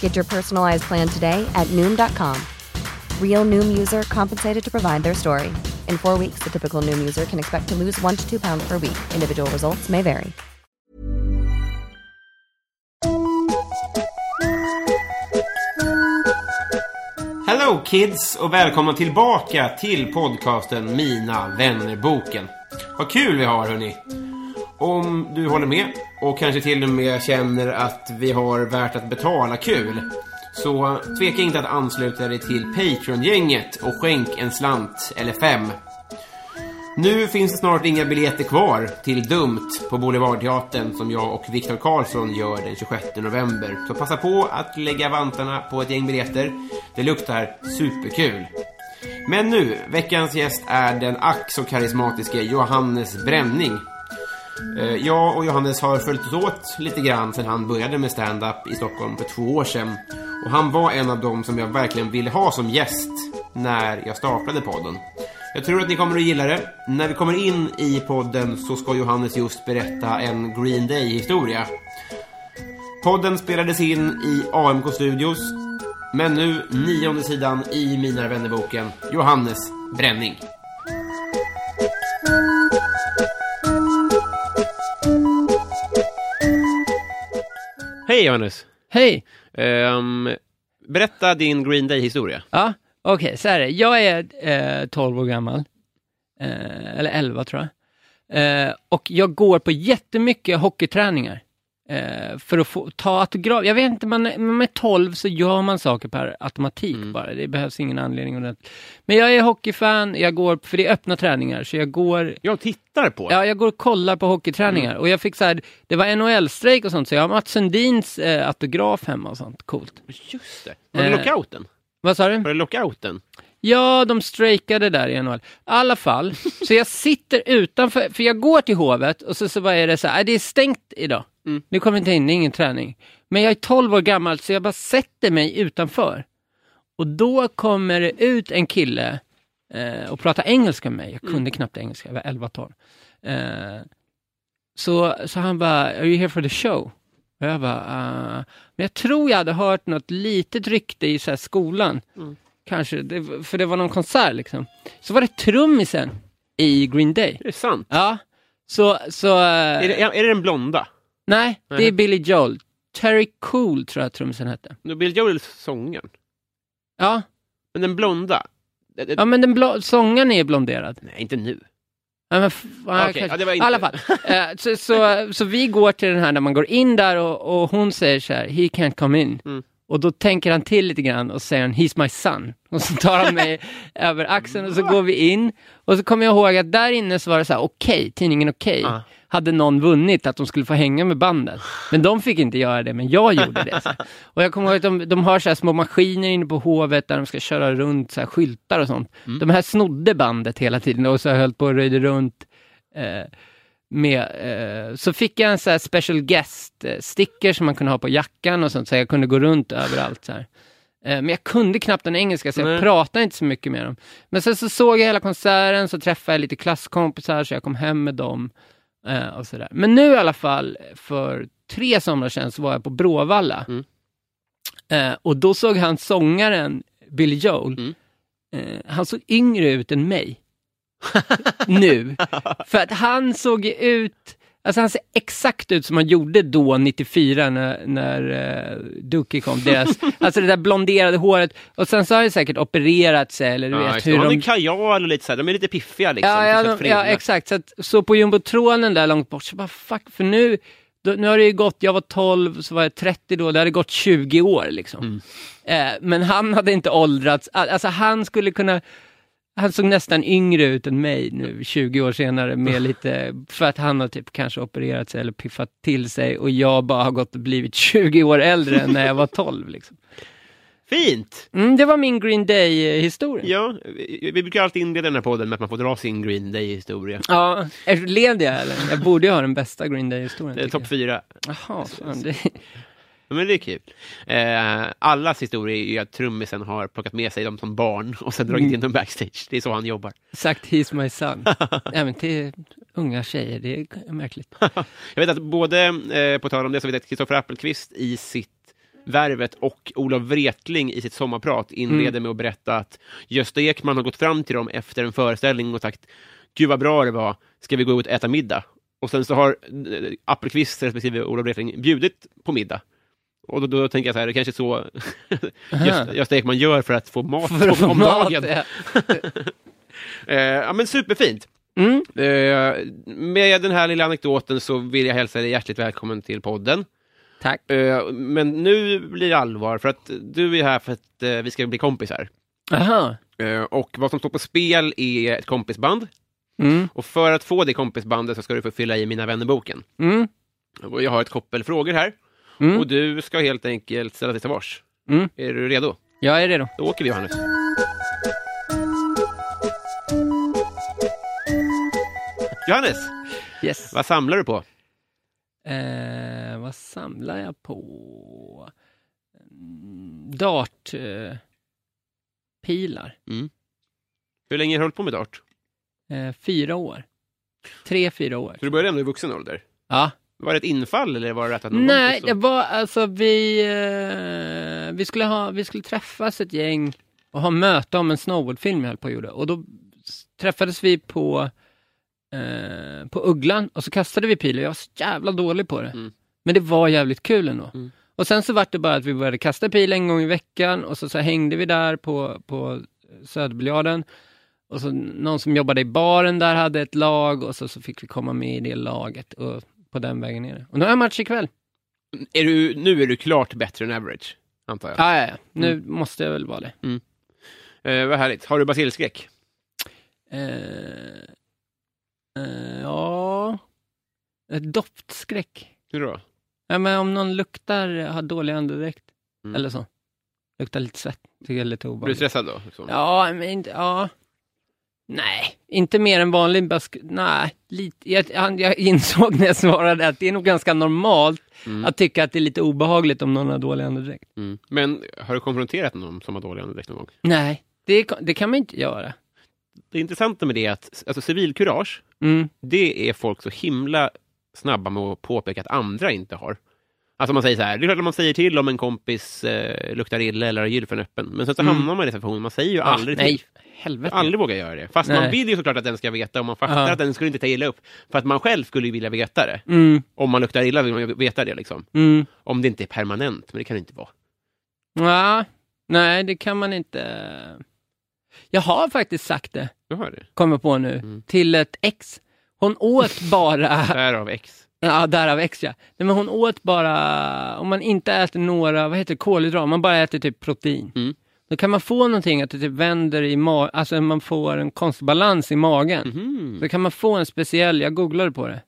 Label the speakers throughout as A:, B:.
A: Get your personalized plan today at Noom.com. Real Noom user compensated to provide their story. In four weeks, the typical Noom user can expect to lose one to two pounds per week. Individual results may vary.
B: Hello kids och välkomna tillbaka till podcasten Mina vännerboken. Vad kul vi har hörni. Om du håller med och kanske till och med känner att vi har värt att betala kul. Så tveka inte att ansluta dig till Patreon-gänget och skänk en slant eller fem. Nu finns det snart inga biljetter kvar till Dumt på Boulevardteatern som jag och Viktor Karlsson gör den 26 november. Så passa på att lägga vantarna på ett gäng biljetter. Det luktar superkul. Men nu, veckans gäst är den ack så karismatiske Johannes Bränning. Eh, Jag och Johannes har följt åt lite grann sedan han började med stand-up i Stockholm för två år sedan. Och han var en av dem som jag verkligen ville ha som gäst när jag startade podden. Jag tror att ni kommer att gilla det. När vi kommer in i podden så ska Johannes just berätta en Green Day-historia. Podden spelades in i AMK Studios. Men nu, nionde sidan i Mina vännerboken, Johannes Bränning. Hej Johannes!
C: Hej!
B: Ehm, berätta din Green Day-historia.
C: Ja, okej, så här är det. Jag är eh, 12 år gammal. Eh, eller 11 tror jag. Eh, och jag går på jättemycket hockeyträningar. Eh, för att få ta autograf. Jag vet inte, man, när man är 12 så gör man saker per automatik bara. Det behövs ingen anledning. Och det. Men jag är hockeyfan, jag går, för det är öppna träningar, så jag går
B: Jag tittar på.
C: Ja, jag går och kollar på hockeyträningar. Och jag fick så här, det var NHL-strejk och sånt, så jag har Mats Sundins eh, autograf hemma och sånt. Coolt.
B: Just det. Var det
C: Eh.
B: lockouten?
C: Vad sa du?
B: Var det lockouten?
C: Ja, de strejkade där i NHL. I alla fall, så jag sitter utanför, för jag går till Hovet och så, så bara är det så här, "Nej, det är stängt idag. Nu kommer inte in, det är ingen träning. Men jag är 12 år gammal så jag bara sätter mig utanför. Och då kommer det ut en kille eh, och pratar engelska med mig. Jag kunde
B: Mm.
C: knappt engelska, jag var 11-12. Eh, så, så han bara, are you here for the show? Och jag bara, "Ah." men jag tror jag hade hört något litet rykte i så här skolan.
B: Mm.
C: Kanske, det, för det var någon konsert liksom. Så var det trummisen i Green Day.
B: Är det sant?
C: Ja, så... så eh,
B: Är, det, är, är det den blonda?
C: Nej, det
B: Nej.
C: är Billy Joel. Terry Cool tror jag trummisen hette.
B: Nu Bill Joel sången.
C: Ja,
B: Men den blonda? Det- det-
C: ja men den blå, sångaren är blonderad.
B: Nej, inte nu.
C: Ja, men f- ja,
B: Okej,
C: kanske.
B: ja, det var
C: I
B: inte-
C: alla fall. Eh, så, så, så vi går till den här när man går in där och, och hon säger så här, he can't come in.
B: Mm.
C: Och då tänker han till lite grann och säger han, he's my son. Och så tar han mig över axeln och så går vi in. Och så kommer jag ihåg att där inne så var det så här, okej, tidningen okej.
B: Ah.
C: Hade någon vunnit att de skulle få hänga med bandet. Men de fick inte göra det, men jag gjorde det. Så. här. Och jag kommer ihåg att de, de har så här små maskiner inne på hovet där de ska köra runt så här skyltar och sånt. De här snodde bandet hela tiden och så höll på och röjde runt med, eh, så fick jag en så här special guest eh, sticker som man kunde ha på jackan och sånt, så jag kunde gå runt överallt så här. Eh, men jag kunde knappt den engelska, så jag
B: Nej.
C: pratade inte så mycket med dem. Men sen så såg jag hela konserten, så träffade jag lite klasskompisar, så jag kom hem med dem. Eh, och så där. Men nu i alla fall, för tre somrar sedan, så var jag på Bråvalla.
B: Mm.
C: Eh, och då såg han sångaren Billy Joel,
B: Mm.
C: eh, han såg yngre ut än mig. nu. För att han såg ju ut, Alltså han ser exakt ut som han gjorde då 94 när, när uh, Dookie kom. Deras, alltså det där blonderade håret. Och sen så har han säkert opererat sig eller du
B: Ja, just
C: vet
B: det.
C: hur
D: De har
C: de...
D: en kajal och lite så här, de är lite piffiga liksom.
C: Ja,
D: till
C: ja,
D: exempel
C: de, ja
D: Frida.
C: exakt. Så, att, så på jumbotronen där långt bort, så bara fuck, för nu, då, nu har det ju gått, jag var 12, så var jag 30 då, det hade gått 20 år
D: Mm.
C: liksom. Eh, men han hade inte åldrats, all- alltså han skulle kunna, han såg nästan yngre ut än mig nu 20 år senare med lite, för att han har typ kanske opererat sig eller piffat till sig och jag bara har gått och blivit 20 år äldre än när jag var 12 liksom.
D: Fint!
C: Mm, det var min Green Day-historia.
D: Ja, vi, vi brukar alltid inleda den här podden med att man får dra sin Green Day-historia.
C: Ja, är- levde jag eller? Jag borde ju ha den bästa Green Day-historien.
D: Det är
C: tycker
D: topp fyra.
C: jag. Jaha, fan. Det...
D: Ja, Men det är kul. Eh, allas historia är ju att trummisen har plockat med sig dem som barn och sen
C: Mm.
D: dragit in dem backstage. Det är så han jobbar.
C: Sagt He's My Son. Även till unga tjejer, det är märkligt.
D: Jag vet att både, eh, på tal om det, så vet jag att Kristoffer Appelqvist i sitt Värvet och Olof Wretling i sitt sommarprat inleder
C: Mm.
D: med att berätta att Gösta Ekman har gått fram till dem efter en föreställning och sagt Gud vad bra det var, ska vi gå ut och äta middag? Och sen så har eh, Appelqvist respektive Olof Wretling bjudit på middag. Och då, då tänker jag så här, det kanske är så Gösta, Gösta Ekman gör för att få mat
C: För att få
D: om
C: mat,
D: dagen.
C: ja.
D: Eh, ja men superfint.
C: Mm.
D: Eh, med den här lilla anekdoten så vill jag hälsa dig hjärtligt välkommen till podden.
C: Tack.
D: Eh, men nu blir det allvar för att du är här för att eh, vi ska bli kompisar.
C: Aha.
D: Eh, och vad som står på spel är ett kompisband.
C: Mm.
D: Och för att få det kompisbandet så ska du få fylla i Mina vännerboken.
C: Mm.
D: Och Jag har ett koppel frågor här.
C: Mm.
D: Och du ska helt enkelt ställa dig till svars.
C: Mm.
D: Är du redo?
C: Jag är redo.
D: Då åker vi Johannes. Johannes,
C: Yes.
D: vad samlar du på?
C: Eh, vad samlar jag på? Mm, Dart... Eh, pilar.
D: Hur länge har du hållit på med dart?
C: Eh, fyra år. Tre, fyra år.
D: Så du började ändå i vuxen ålder?
C: Ja.
D: Var det ett infall eller var det att att någon
C: Nej,
D: kompis
C: det
D: då-
C: var alltså vi, eh, vi, skulle ha, vi skulle träffas ett gäng och ha möte om en snowboardfilm jag höll på och gjorde. Och då s- träffades vi på, eh, på Ugglan och så kastade vi pil och jag var så jävla dålig på det.
D: Mm.
C: Men det var jävligt kul ändå.
D: Mm.
C: Och sen så var det bara att vi började kasta pil en gång i veckan och så, så hängde vi där på, på Söderbiljarden. Och så någon som jobbade i baren där hade ett lag och så, så fick vi komma med i det laget och på den vägen ner. Och nu har jag match ikväll.
D: Är du, nu är du klart bättre än average, antar jag.
C: Ja, ja, ja. Nu måste jag väl vara det.
D: Eh, vad härligt. Har du basilskräck?
C: Eh, eh, ja... Eh, Doftskräck.
D: Hur då?
C: Ja, men om någon luktar, har dålig andedräkt
D: Mm.
C: eller så. Luktar lite svett, tycker jag är lite
D: Blir du
C: obehagligt.
D: stressad då? Liksom?
C: Ja, men inte... Ja. Nej, inte mer än vanlig bask... Nej, lite. Jag, han- jag insåg när jag svarade att det är nog ganska normalt
D: Mm.
C: att tycka att det är lite obehagligt om någon har dålig andedräkt.
D: Mm. Men har du konfronterat någon som har dålig andedräkt någon gång?
C: Nej, det, det kan man inte göra.
D: Det intressanta med det är att alltså, civilkurage,
C: Mm.
D: det är folk så himla snabba med att påpeka att andra inte har. Alltså man säger så här, det är klart att man säger till om en kompis eh, luktar illa eller har gylfen öppen. Men sen så
C: Mm.
D: hamnar man i den situationen, man säger ju aldrig
C: ah,
D: till.
C: Nej, helvete.
D: aldrig vågar göra det. Fast man
C: Nej.
D: vill ju såklart att den ska veta och man fattar
C: Ja.
D: att den skulle inte ta illa upp. För att man själv skulle ju vilja veta det.
C: Mm,
D: Om man luktar illa vill man ju veta det liksom.
C: mm.
D: Om det inte är permanent, men det kan det inte vara.
C: Ja, nej, det kan man inte. Jag har faktiskt sagt det,
D: Du hör det.
C: kommer på nu,
D: Mm.
C: till ett ex. Hon åt bara,
D: Därav X.
C: ja därav ex ja. Nej, men hon åt bara, om man inte äter några, vad heter det, kolhydrater, om man bara äter typ protein.
D: Mm.
C: Då kan man få någonting att det typ vänder i magen, alltså man får en konstig balans i magen.
D: Mhm.
C: Då kan man få en speciell, jag googlade på det.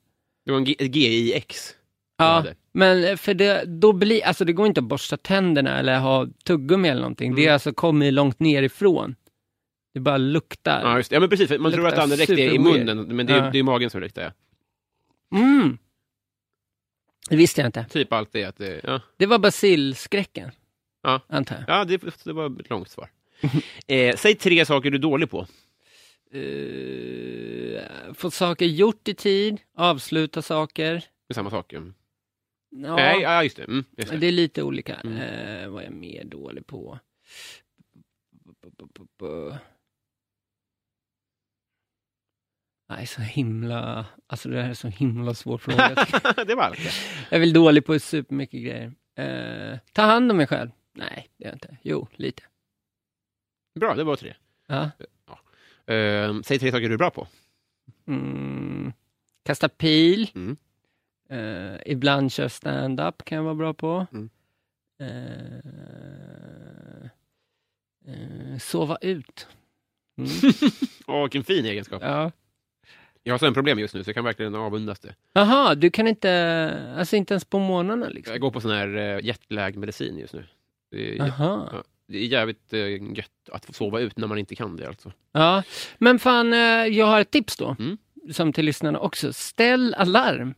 D: Det var en G- ett GIX. Ja,
C: Ja,
D: det.
C: men eh, för det, då blir, alltså det går inte att borsta tänderna eller ha tuggummi eller någonting. Det
D: Mm.
C: är alltså kommer långt nerifrån. Det bara luktar.
D: Ja, just det. ja, men precis. För man
C: Luktar
D: tror att andedräkt är i
C: superweird.
D: munnen, men det är,
C: Ja.
D: det är magen som luktar. Ja.
C: Mm. Det visste jag inte.
D: Typ allt det. Att det ja.
C: Det var basilskräcken.
D: Ja.
C: Antar jag.
D: ja, det, det var ett långt svar. eh, säg tre saker du är dålig på.
C: Eh, få saker gjort i tid, avsluta saker.
D: Med samma sak. Mm.
C: Ja,
D: Nej, ja, just det. Mm, just det.
C: det är lite olika.
D: Mm.
C: Eh, vad är jag mer dålig på? Nej, så himla... Alltså det här är så himla svår fråga.
D: det var allt.
C: jag är väl dålig på supermycket grejer. Eh, ta hand om mig själv. Nej, det är jag inte. Jo, lite.
D: Bra, det var tre.
C: Ja.
D: Eh, säg tre saker du är bra på.
C: Mm. Kasta pil.
D: Mm.
C: Eh, ibland kör stand-up kan jag vara bra på.
D: Mm.
C: Eh, eh, sova ut. Mm.
D: Åh, vilken fin egenskap.
C: ja.
D: Jag har sömnproblem just nu, så jag kan verkligen avundas det.
C: Jaha, du kan inte, alltså inte ens på morgnarna liksom?
D: Jag går på sån här eh, jetlag-medicin just nu. Det är,
C: Aha.
D: det är jävligt eh, gött att få sova ut när man inte kan det alltså.
C: Ja, men fan, eh, jag har ett tips då,
D: Mm.
C: som till lyssnarna också. Ställ alarm.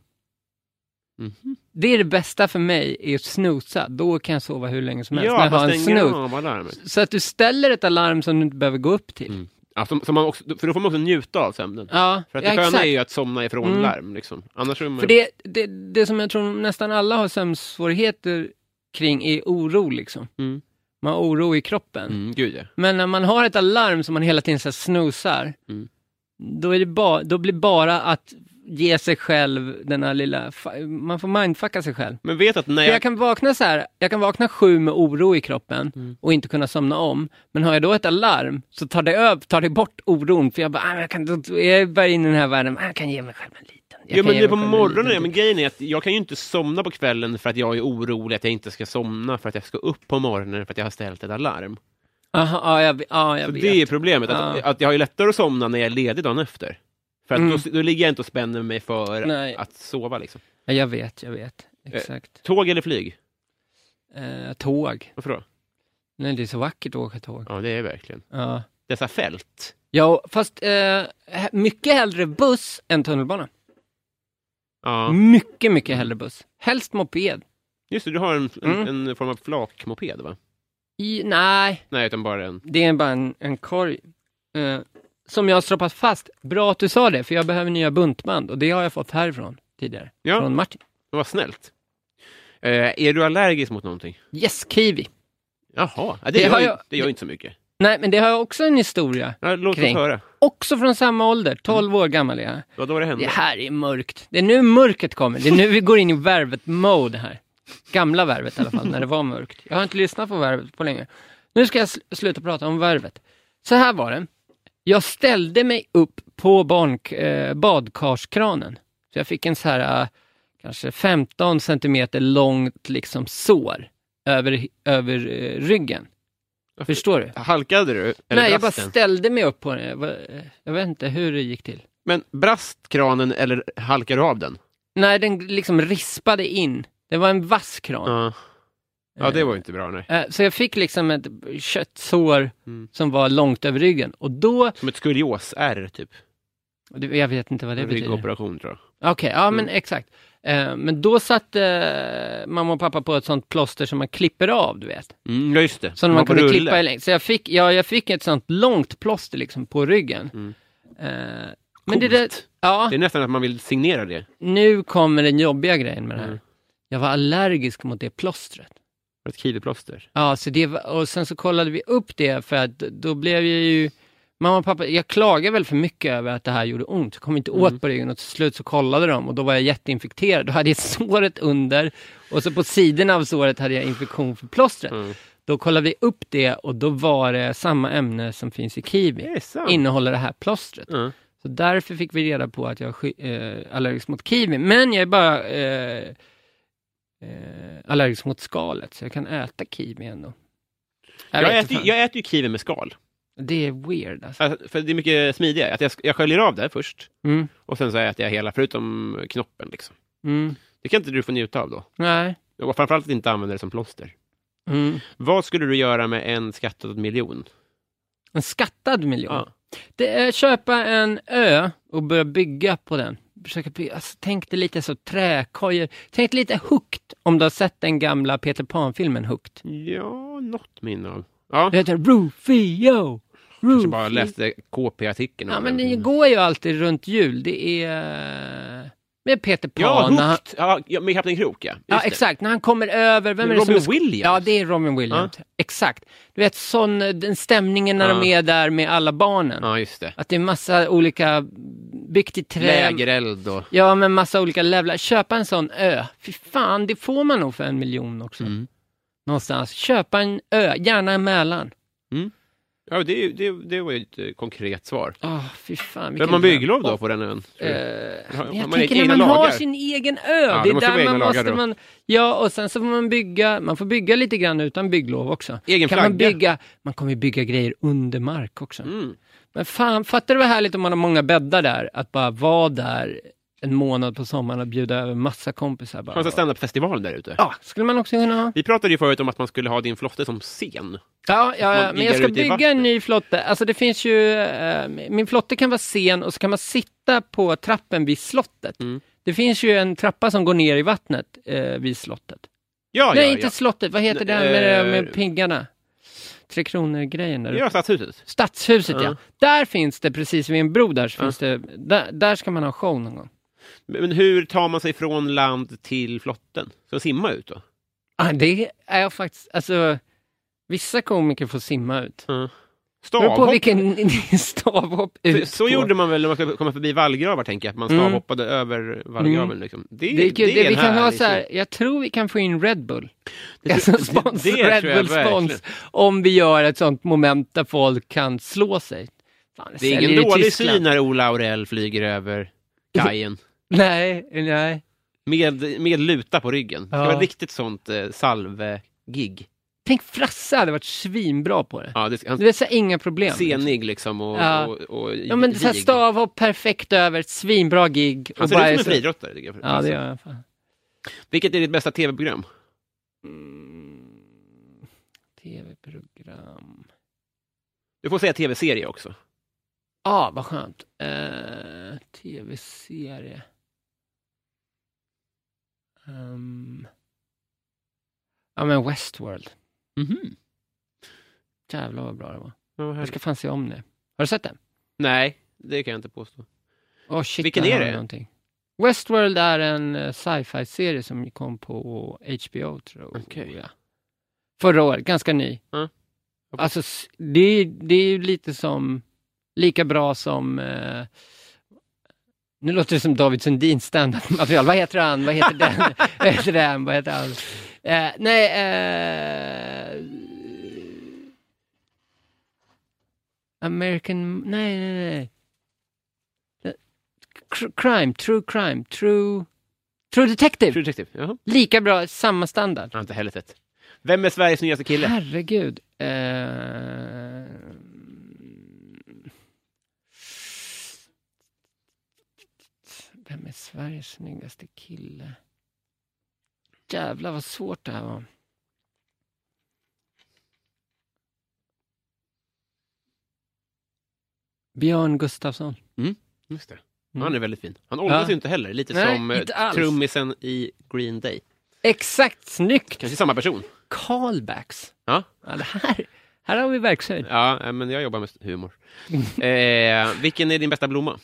D: Mhm.
C: Det är det bästa för mig, är att snusa. Då kan jag sova hur länge som helst. när jag har
D: man
C: en
D: stänger
C: snus.
D: av alarmet.
C: Så att du ställer ett alarm som du inte behöver gå upp till.
D: Mm. Ja, som, som man också, för då får man också njuta av sömnen.
C: Ja,
D: För att
C: ja
D: det sköna
C: exakt.
D: är ju att somna ifrån
C: Mm.
D: larm. Liksom. Annars är man...
C: För det, det, det som jag tror nästan alla har sömnsvårigheter kring är oro liksom.
D: Mm.
C: Man har oro i kroppen.
D: Mm, gud ja.
C: Men när man har ett alarm som man hela tiden så här snusar,
D: Mm.
C: då, är det ba, då blir bara att ge sig själv den här lilla, fa- man får mindfucka sig själv.
D: Men vet att när
C: För
D: jag...
C: jag kan vakna så här, jag kan vakna sju med oro i kroppen
D: Mm.
C: och inte kunna somna om. Men har jag då ett alarm så tar det, öv, tar det bort oron för jag bara, ah, jag, kan, jag är bara inne i den här världen, ah, jag kan ge mig själv en liten. jag
D: Jo,
C: kan
D: men
C: ge
D: nu
C: mig
D: på
C: själv en
D: morgonen, ja,
C: liten
D: men grejen är att jag kan ju inte somna på kvällen för att jag är orolig att jag inte ska somna för att jag ska upp på morgonen för att jag har ställt ett alarm.
C: Aha, ja, jag, ja, jag
D: Så
C: vet.
D: det är problemet, att,
C: Ja.
D: att jag har ju lättare att somna när jag är ledig dagen efter. För att
C: Mm.
D: då, då ligger jag inte och spänner mig för
C: Nej.
D: att sova. Liksom.
C: Ja, jag vet, jag vet.
D: Eh.
C: Exakt.
D: Tåg eller flyg?
C: Eh, tåg.
D: Varför då?
C: Nej, det är så vackert att åka tåg.
D: Ja, det är verkligen.
C: Ja.
D: Dessa fält.
C: Ja, fast eh, he- mycket hellre buss än tunnelbana. Mm.
D: Ja.
C: Mycket, mycket hellre buss. Helst moped.
D: Just det, du har en, en,
C: Mm.
D: en form av flakmoped, va?
C: I, nej,
D: Nej, utan bara en...
C: det är bara en, en korg. Eh, som jag har stroppat fast. Bra att du sa det, för jag behöver nya buntband och det har jag fått härifrån tidigare.
D: Ja.
C: Från Martin.
D: Men Vad snällt. Eh, är du allergisk mot någonting?
C: Yes, kiwi.
D: Jaha, ja, det,
C: Det
D: gör,
C: har
D: ju-
C: jag-
D: det gör ju inte så mycket.
C: Nej, men det har jag också en historia.
D: Ja, låt
C: Kring.
D: oss höra.
C: Också från samma ålder,
D: Mm.
C: 12 år gammal är jag.
D: Vad då det hände?
C: Det här är mörkt. Det är nu mörkret kommer. Det är nu vi går in i värvet-mode här. Gamla värvet i alla fall, när det var mörkt. Jag har inte lyssnat på värvet på länge. Nu ska jag sl- sluta prata om värvet. Så här var det. Jag ställde mig upp på barn- eh, badkarskranen. Så jag fick en så här, eh, kanske 15 centimeter långt liksom sår över, över eh, ryggen. Förstår du?
D: Halkade du? Eller
C: Nej, jag bara
D: brast den?
C: ställde mig upp på den. Jag, var- eh, jag vet inte hur det gick till.
D: Men brast kranen eller halkade du av den?
C: Nej, den liksom rispade in. Det var en vass kran.
D: Ja. ja, det var ju inte bra. Nej.
C: Eh, Så jag fick liksom ett köttsår
D: Mm.
C: som var långt över ryggen. Och då,
D: Som ett skolios-ärr, typ.
C: och det- jag vet inte vad det
D: En
C: betyder. Okej,
D: Ryggoperation, tror jag.
C: ja men
D: Mm.
C: exakt. Eh, Men då satte eh, mamma och pappa på ett sånt plåster som man klipper av, du vet.
D: Mm, ja, just det.
C: Som
D: var
C: man
D: på
C: kunde
D: rulle.
C: klippa i längd. Så jag fick, ja, jag fick ett sånt långt plåster liksom på ryggen.
D: Mm.
C: Eh, Men det där,
D: Coolt.
C: ja,
D: Det är nästan att man vill signera det.
C: nu kommer den jobbiga grejen med det här.
D: Mm.
C: Jag var allergisk mot det plåstret.
D: För Ett kiwiplåster.
C: Ja, så det, var- och sen så kollade vi upp det för att då blev jag ju, mamma och pappa, jag klagade väl för mycket över att det här gjorde ont, jag kom inte åt på ryggen och till slut så kollade de och då var jag jätteinfekterad, då hade jag såret under och så på sidan av såret hade jag infektion för plåstret.
D: Mm.
C: Då kollade vi upp det och då var det samma ämne som finns i
D: Det
C: kiwi,
D: är sant.
C: innehåller det här plåstret.
D: Ja.
C: Så därför fick vi reda på att jag är sky- eh, allergisk mot kiwi. Men jag är bara eh, eh, allergisk mot skalet, så jag kan äta kiwi ändå. Jag,
D: Jag,
C: vet
D: äter, ju-
C: inte fan.
D: jag äter ju kiwi med skal.
C: Det är weird alltså.
D: Alltså, för det är mycket smidigare. Att jag, sk- jag sköljer av det först
C: Mm,
D: och sen så äter jag hela, förutom knoppen. Liksom.
C: mm,
D: Det kan inte du få njuta av då.
C: nej.
D: Och framförallt inte använda det som plåster.
C: Mm.
D: Vad skulle du göra med en skattad miljon?
C: En skattad miljon.
D: Ja.
C: Det är köpa en ö och börja bygga på den. Försöka bygga, alltså, tänk dig lite så träkojor. Tänk dig lite Hooked, om du har sett den gamla Peter Pan-filmen Hooked.
D: Ja, något minne av. Ja,
C: Det heter Rufio.
D: kanske bara
C: Rufio.
D: läste KP-artikeln.
C: Ja,
D: om
C: men
D: den.
C: det går ju alltid runt jul. Det är med Peter Pan.
D: Ja,
C: när han,
D: Hooked! Ja, ja, med Kapten Krok, ja. Just
C: ja
D: det.
C: exakt. När han kommer över. Vem är det
D: Robin
C: som är sk-
D: Williams?
C: Ja, det är Robin Williams. Exakt. Du vet, sån, den stämningen när de
D: Ja.
C: är där med alla barnen.
D: Ja, just det.
C: Att det är massa olika byggt i trä.
D: Lägereld och...
C: Ja, men massa olika levlar. Köpa en sån ö. Fy fan, det får man nog för en miljon också.
D: Mm.
C: Någonstans. Köpa en ö, gärna i Mälaren.
D: Ja, det, är ju- det, det var ju ett eh, konkret svar.
C: Ah, fy fan.
D: Behöver
C: vilken
D: man
C: dröm.
D: bygglov då på den ön?
C: Eh,
D: tror du? Har- har
C: men jag
D: man
C: tänker när
D: egna
C: man har
D: lagar?
C: sin egen ö,
D: det
C: det är
D: måste vara
C: där
D: egna
C: man
D: lagar
C: måste
D: då.
C: man... Ja, och sen så får man bygga, man får bygga lite grann utan bygglov också.
D: Egen
C: kan man
D: flagga.
C: bygga, man kommer ju bygga grejer under mark också.
D: Mm.
C: Men fan, fattar du vad härligt om man har många bäddar där? Att bara vara där en månad på sommaren och bjuda över massa kompisar bara.
D: Har man standup-festival där ute?
C: Ja, skulle man också kunna ha.
D: Vi pratade ju förut om att man skulle ha din flotte som scen.
C: Ja, ja, ja.
D: Man
C: men jag
D: giggar
C: ska
D: ute i
C: bygga en
D: vattnet.
C: ny flotte. Alltså det finns ju, eh, min flotte kan vara sen och så kan man sitta på trappen vid slottet.
D: Mm.
C: Det finns ju en trappa som går ner i vattnet eh, vid slottet.
D: Ja,
C: Nej,
D: ja,
C: inte slottet, vad heter det
D: Nej,
C: här med,
D: eh,
C: med piggarna? Tre Kronor-grejen där
D: ja. Ja,
C: uppe.
D: stadshuset.
C: Stadshuset ja.
D: Ja.
C: Där finns det, precis vid en bro där, så finns det, där, där ska man ha show någon gång.
D: Men hur tar man sig från land till flotten? Ska man simma ut då?
C: Ah, det är jag faktiskt, alltså, vissa komiker får simma ut. Beror på
D: Stavhopp?
C: vilken stavhopp ut
D: Så
C: på.
D: gjorde man väl när man skulle komma förbi vallgravar, tänker jag. Att man
C: Mm.
D: stavhoppade över vallgraven. Liksom. Det,
C: Det är kul. Det,
D: en
C: vi kan ha
D: härlig
C: så här,
D: syn.
C: jag tror vi kan få in Red Bull.
D: Det-
C: Alltså
D: det-
C: spons,
D: det tror jag
C: Red Bull spons.
D: verkligen.
C: Om vi gör ett sånt moment där folk kan slå sig. Fan,
D: Det är
C: säljer
D: ingen
C: i
D: dålig
C: Tyskland.
D: syn när Ola Aurell flyger över kajen.
C: Nej, nej.
D: Med, med luta på ryggen. Det ska
C: Ja.
D: vara ett riktigt sånt eh, salve-gig.
C: Tänk Frasse hade varit svinbra på det.
D: Ja, det ska, han,
C: Det är så här, inga problem.
D: senig liksom och,
C: Ja.
D: och, och
C: Ja men så här,
D: vig.
C: stavhopp perfekt över, svinbra gig.
D: Han
C: och
D: ser
C: bara
D: ut
C: så-
D: som en Alltså. friidrottare. tycker jag.
C: Ja det gör jag. Fan.
D: Vilket är ditt bästa tv-program?
C: Mm. Tv-program.
D: Du får säga tv-serie också.
C: Ja, vad skönt. Eh, Tv-serie. Ehm. Ja, men Westworld.
D: Mhm.
C: Jävlar vad bra det var.
D: Ja, vad
C: Jag
D: härligt.
C: ska fan se om det. Har du sett den?
D: Nej, det kan jag inte påstå.
C: Åh shit,
D: Vilken
C: där
D: är
C: har du
D: det?
C: Någonting. Westworld är en eh, sci-fi-serie som kom på HBO, tror
D: Okej.
C: jag. Förra året, ganska ny.
D: Ja.
C: Alltså, s- det är, det är ju lite som, lika bra som, eh, nu låter det som David Sundins standardmaterial. Vad heter han? Vad heter den? Vad heter den? Vad heter han? Eh, nej, eh, American, nej, nej, nej. Eh, Cr- crime, true crime, true... True detective!
D: True Detective? Jaha.
C: Lika bra, samma standard.
D: Jag har inte heller sett. Vem är Sveriges nyaste kille?
C: Herregud. Eh, Vem är Sveriges snyggaste kille? Jävlar vad svårt det här var. Björn Gustafsson.
D: Just det.
C: Mm.
D: Han är väldigt fin. Han åldras
C: Ja.
D: ju inte heller, lite
C: Nej,
D: som eh,
C: inte alls.
D: trummisen i Green Day.
C: Exakt, snyggt!
D: Kanske samma person.
C: Callbacks.
D: Ja.
C: Ja, det här, här har vi verkshöjd.
D: Ja, eh, men jag jobbar med humor. eh, vilken är din bästa blomma?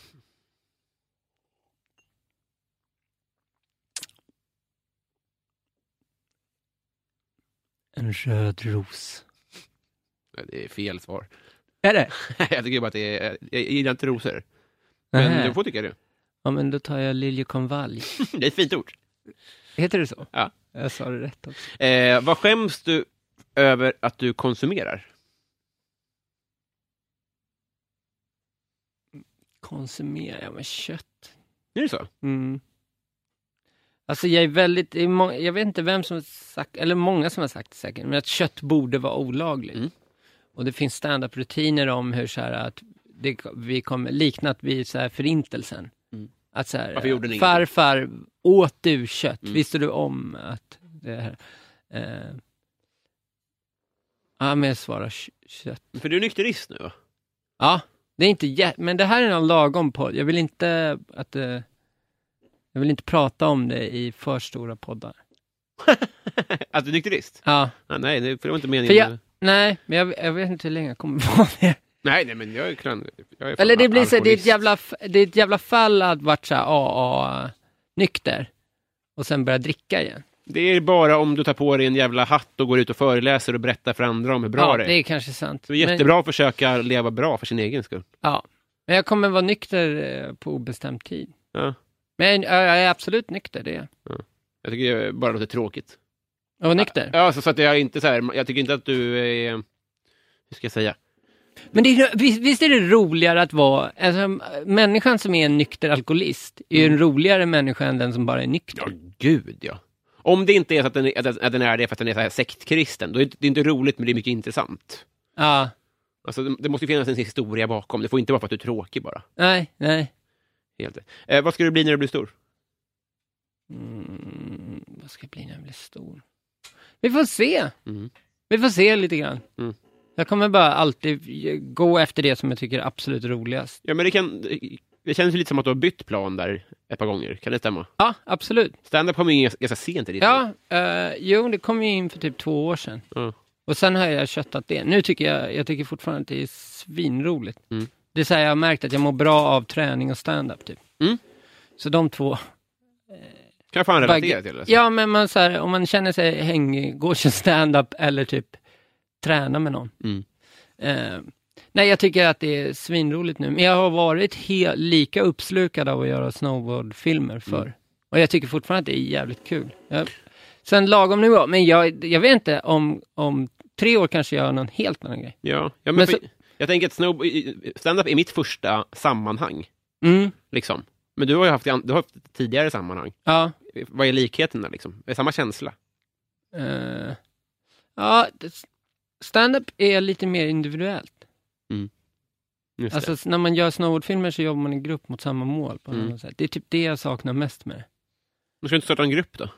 C: En röd ros.
D: Eh, Det är fel svar.
C: Är det?
D: jag tycker bara att det är... Jag gillar inte rosor.
C: Nähä.
D: Men du får tycka det.
C: Ja, men då tar jag liljekonvalj.
D: det är ett fint ord.
C: Heter det så?
D: Ja.
C: Jag sa det rätt också.
D: Eh, vad skäms du över att du konsumerar?
C: Konsumerar jag med kött?
D: Är det så?
C: Mm. Alltså jag är väldigt, det är må- jag vet inte vem som har sagt, eller många som har sagt det säkert, men att kött borde vara olagligt.
D: Mm.
C: Och det finns standup rutiner om hur så här att det, vi kommer, liknat vid så här förintelsen.
D: Mm.
C: Att så här,
D: Varför gjorde ni
C: farfar, åt du kött?
D: Mm.
C: Visste du om att det här? Eh, ja, men jag svarar kö- kött.
D: För du är nykterist nu va?
C: Ja, det är inte jä- men det här är en lagom podd. Jag vill inte att eh, jag vill inte prata om det i för stora poddar.
D: Att du är nykterist?
C: Ja,
D: Ah, nej, det för det var inte
C: För
D: meningen.
C: jag- nej, men jag, jag vet inte hur länge jag kommer vara med.
D: Nej, nej, men jag är klan... Jag är fan
C: Eller det blir så, det är ett
D: alkoholist.
C: jävla, f- det är ett jävla fall att vart så här AA-nykter och sen börja dricka igen.
D: Det är bara om du tar på dig en jävla hatt och går ut och föreläser och berättar för andra om hur bra
C: ja,
D: det är.
C: det är kanske sant.
D: Så jättebra att försöka leva bra för sin egen skull.
C: Men, ja. Men jag kommer vara nykter eh, på obestämd tid.
D: Ja.
C: Men jag, jag är absolut nykter, det är jag.
D: Jag tycker det bara låter tråkigt.
C: Jag var nykter.
D: Ja, så, så att jag är inte så här, jag tycker inte att du är... Hur ska jag säga?
C: Men det är, vis- visst är det roligare att vara, alltså, människan som är en nykter alkoholist är ju
D: Mm.
C: en roligare människa än den som bara är nykter.
D: Ja, gud ja. Om det inte är så att den, är- att, att den är det för att den är så här sektkristen, då är det, det är inte roligt, men det är mycket intressant.
C: Ja,
D: Alltså, det, det måste ju finnas en historia bakom, det får inte vara för att du är tråkig bara.
C: nej, nej.
D: Helt. Eh, vad ska du bli när du blir stor?
C: Mm, vad ska jag bli när jag blir stor? Vi får se.
D: Mm.
C: Vi får se lite grann.
D: Mm.
C: Jag kommer bara alltid eh, gå efter det som jag tycker är absolut roligast.
D: Ja, men det, kan, det känns ju lite som att du har bytt plan där ett par gånger, kan det stämma?
C: Ja, absolut.
D: Stand-up kom ju in ganska- ganska sent i ditt liv. Mm.
C: Ja, eh, jo, det kom ju in för typ två år sedan.
D: Ja.
C: Och sen har jag köttat det. Nu tycker jag, jag tycker fortfarande att det är svinroligt.
D: Mm.
C: Det är så här, jag har märkt att jag mår bra av träning och stand-up typ.
D: Mm.
C: Så de två.
D: Kan jag fan relatera
C: Bagge-
D: till? Alltså.
C: Ja, men man, så här, om man känner sig hängig, gå och kör stand-up eller typ träna med någon.
D: Mm.
C: Eh, nej, jag tycker att det är svinroligt nu. Men jag har varit he- lika uppslukad av att göra snowboardfilmer
D: Mm.
C: förr. Och jag tycker fortfarande att det är jävligt kul. Jag, sen lagom nivå, men jag, jag vet inte om, om tre år kanske jag gör någon helt annan grej.
D: Ja, ja men,
C: Men
D: för,
C: så-
D: jag tänker att snow, stand-up är mitt första sammanhang,
C: Mm,
D: liksom. Men du har ju haft, i an- du har haft tidigare sammanhang.
C: ja.
D: Vad är likheterna, liksom? Är det samma känsla?
C: Eh, ja, det- stand-up är lite mer individuellt.
D: Just
C: Alltså s- när man gör snowboardfilmer så jobbar man i grupp mot samma mål. På
D: Mm.
C: något sätt. Det är typ det jag saknar mest med det.
D: det. Ska du inte starta en grupp då?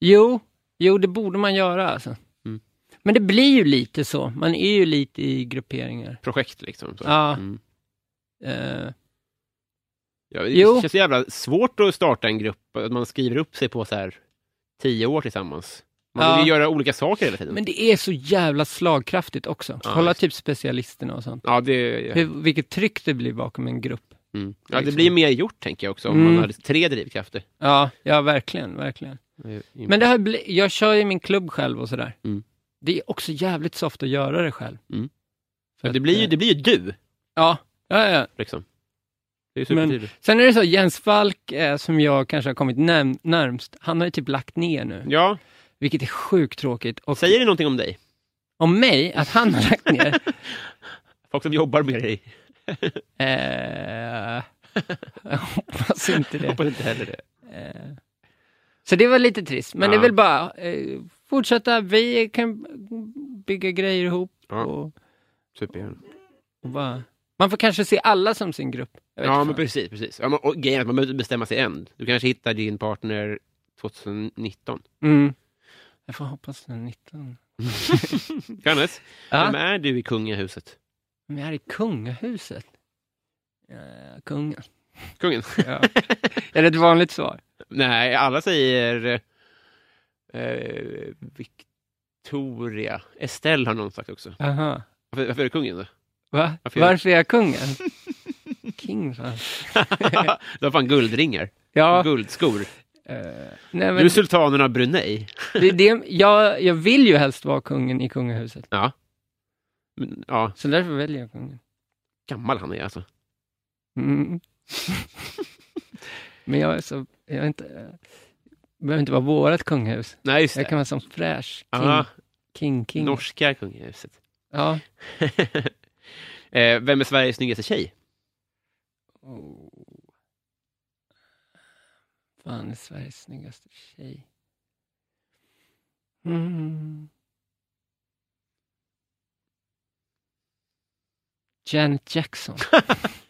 C: Jo, jo det borde man göra alltså.
D: Mm.
C: Men det blir ju lite så. Man är ju lite i grupperingar.
D: Projekt, liksom. Så.
C: Ja.
D: Mm.
C: Eh,
D: Ja, det
C: Jo.
D: känns så jävla svårt att starta en grupp, att man skriver upp sig på så här tio år tillsammans. Man
C: Ja.
D: vill ju göra olika saker hela tiden.
C: men det är så jävla slagkraftigt också.
D: Ja,
C: Kolla
D: just.
C: typ specialisterna och sånt.
D: Ja, det,
C: Hur, vilket tryck det blir bakom en grupp.
D: mm. ja, det
C: liksom.
D: blir mer gjort, tänker jag också, om
C: Mm.
D: man hade tre drivkrafter.
C: Ja, ja verkligen, verkligen.
D: Det är ju inte-
C: Men det här, bli- jag kör ju min klubb själv och sådär.
D: Mm.
C: Det är också jävligt soft att göra det själv.
D: Mm.
C: För
D: det,
C: att,
D: blir ju,
C: eh,
D: det blir ju du,
C: Ja, ja, ja.
D: liksom. Det är ju
C: Men-
D: supertydligt.
C: Sen är det så, Jens Falk eh, som jag kanske har kommit närm- närmst, han har ju typ lagt ner nu,
D: Ja,
C: vilket är sjukt tråkigt. Och
D: säger det någonting om dig?
C: om mig, att han har lagt ner,
D: Folk som jobbar med dig?
C: eh, jag hoppas inte
D: Jag
C: det.
D: hoppas inte heller det.
C: Eh, så det var lite trist, men det
D: Ja.
C: är väl bara eh, fortsätta, vi kan bygga grejer ihop
D: Ja.
C: och,
D: Supergärna.
C: och bara, man får kanske se alla som sin grupp. Jag vet
D: Ja,
C: fan.
D: men precis. precis. Ja, men, och grejen är att man behöver inte bestämma sig än. Du kanske hittar din partner 2019.
C: mm. Jag får hoppas den 19.
D: Johannes,
C: Ja.
D: vem är du i kungahuset?
C: Men jag är i kungahuset. Eh, kungen.
D: Kungen?
C: Ja. Är det ett vanligt svar?
D: Nej, alla säger eh, Victoria. Estelle har någon sagt också.
C: Aha.
D: Varför, varför är du kungen då?
C: Va?
D: Varför är det-
C: Varför är jag kungen? King, fan.
D: du har fan guldringar,
C: Ja,
D: guldskor.
C: eh, nej,
D: Du är
C: men
D: sultanen av Brunei.
C: det, det, jag, jag vill ju helst vara kungen i kungahuset.
D: Ja. Men, ja,
C: Så därför väljer jag kungen.
D: gammal han är alltså.
C: Mm. men jag är så... Jag är inte, eh, behöver inte vara vårat kungahus.
D: Nej, just
C: Jag
D: det.
C: kan vara som fräsch. King,
D: Aha,
C: king, king.
D: norska kungahuset.
C: Ja.
D: eh, vem är Sveriges snyggaste tjej?
C: Oh. Fan, är Sveriges snyggaste tjej. Mm. Janet Jackson.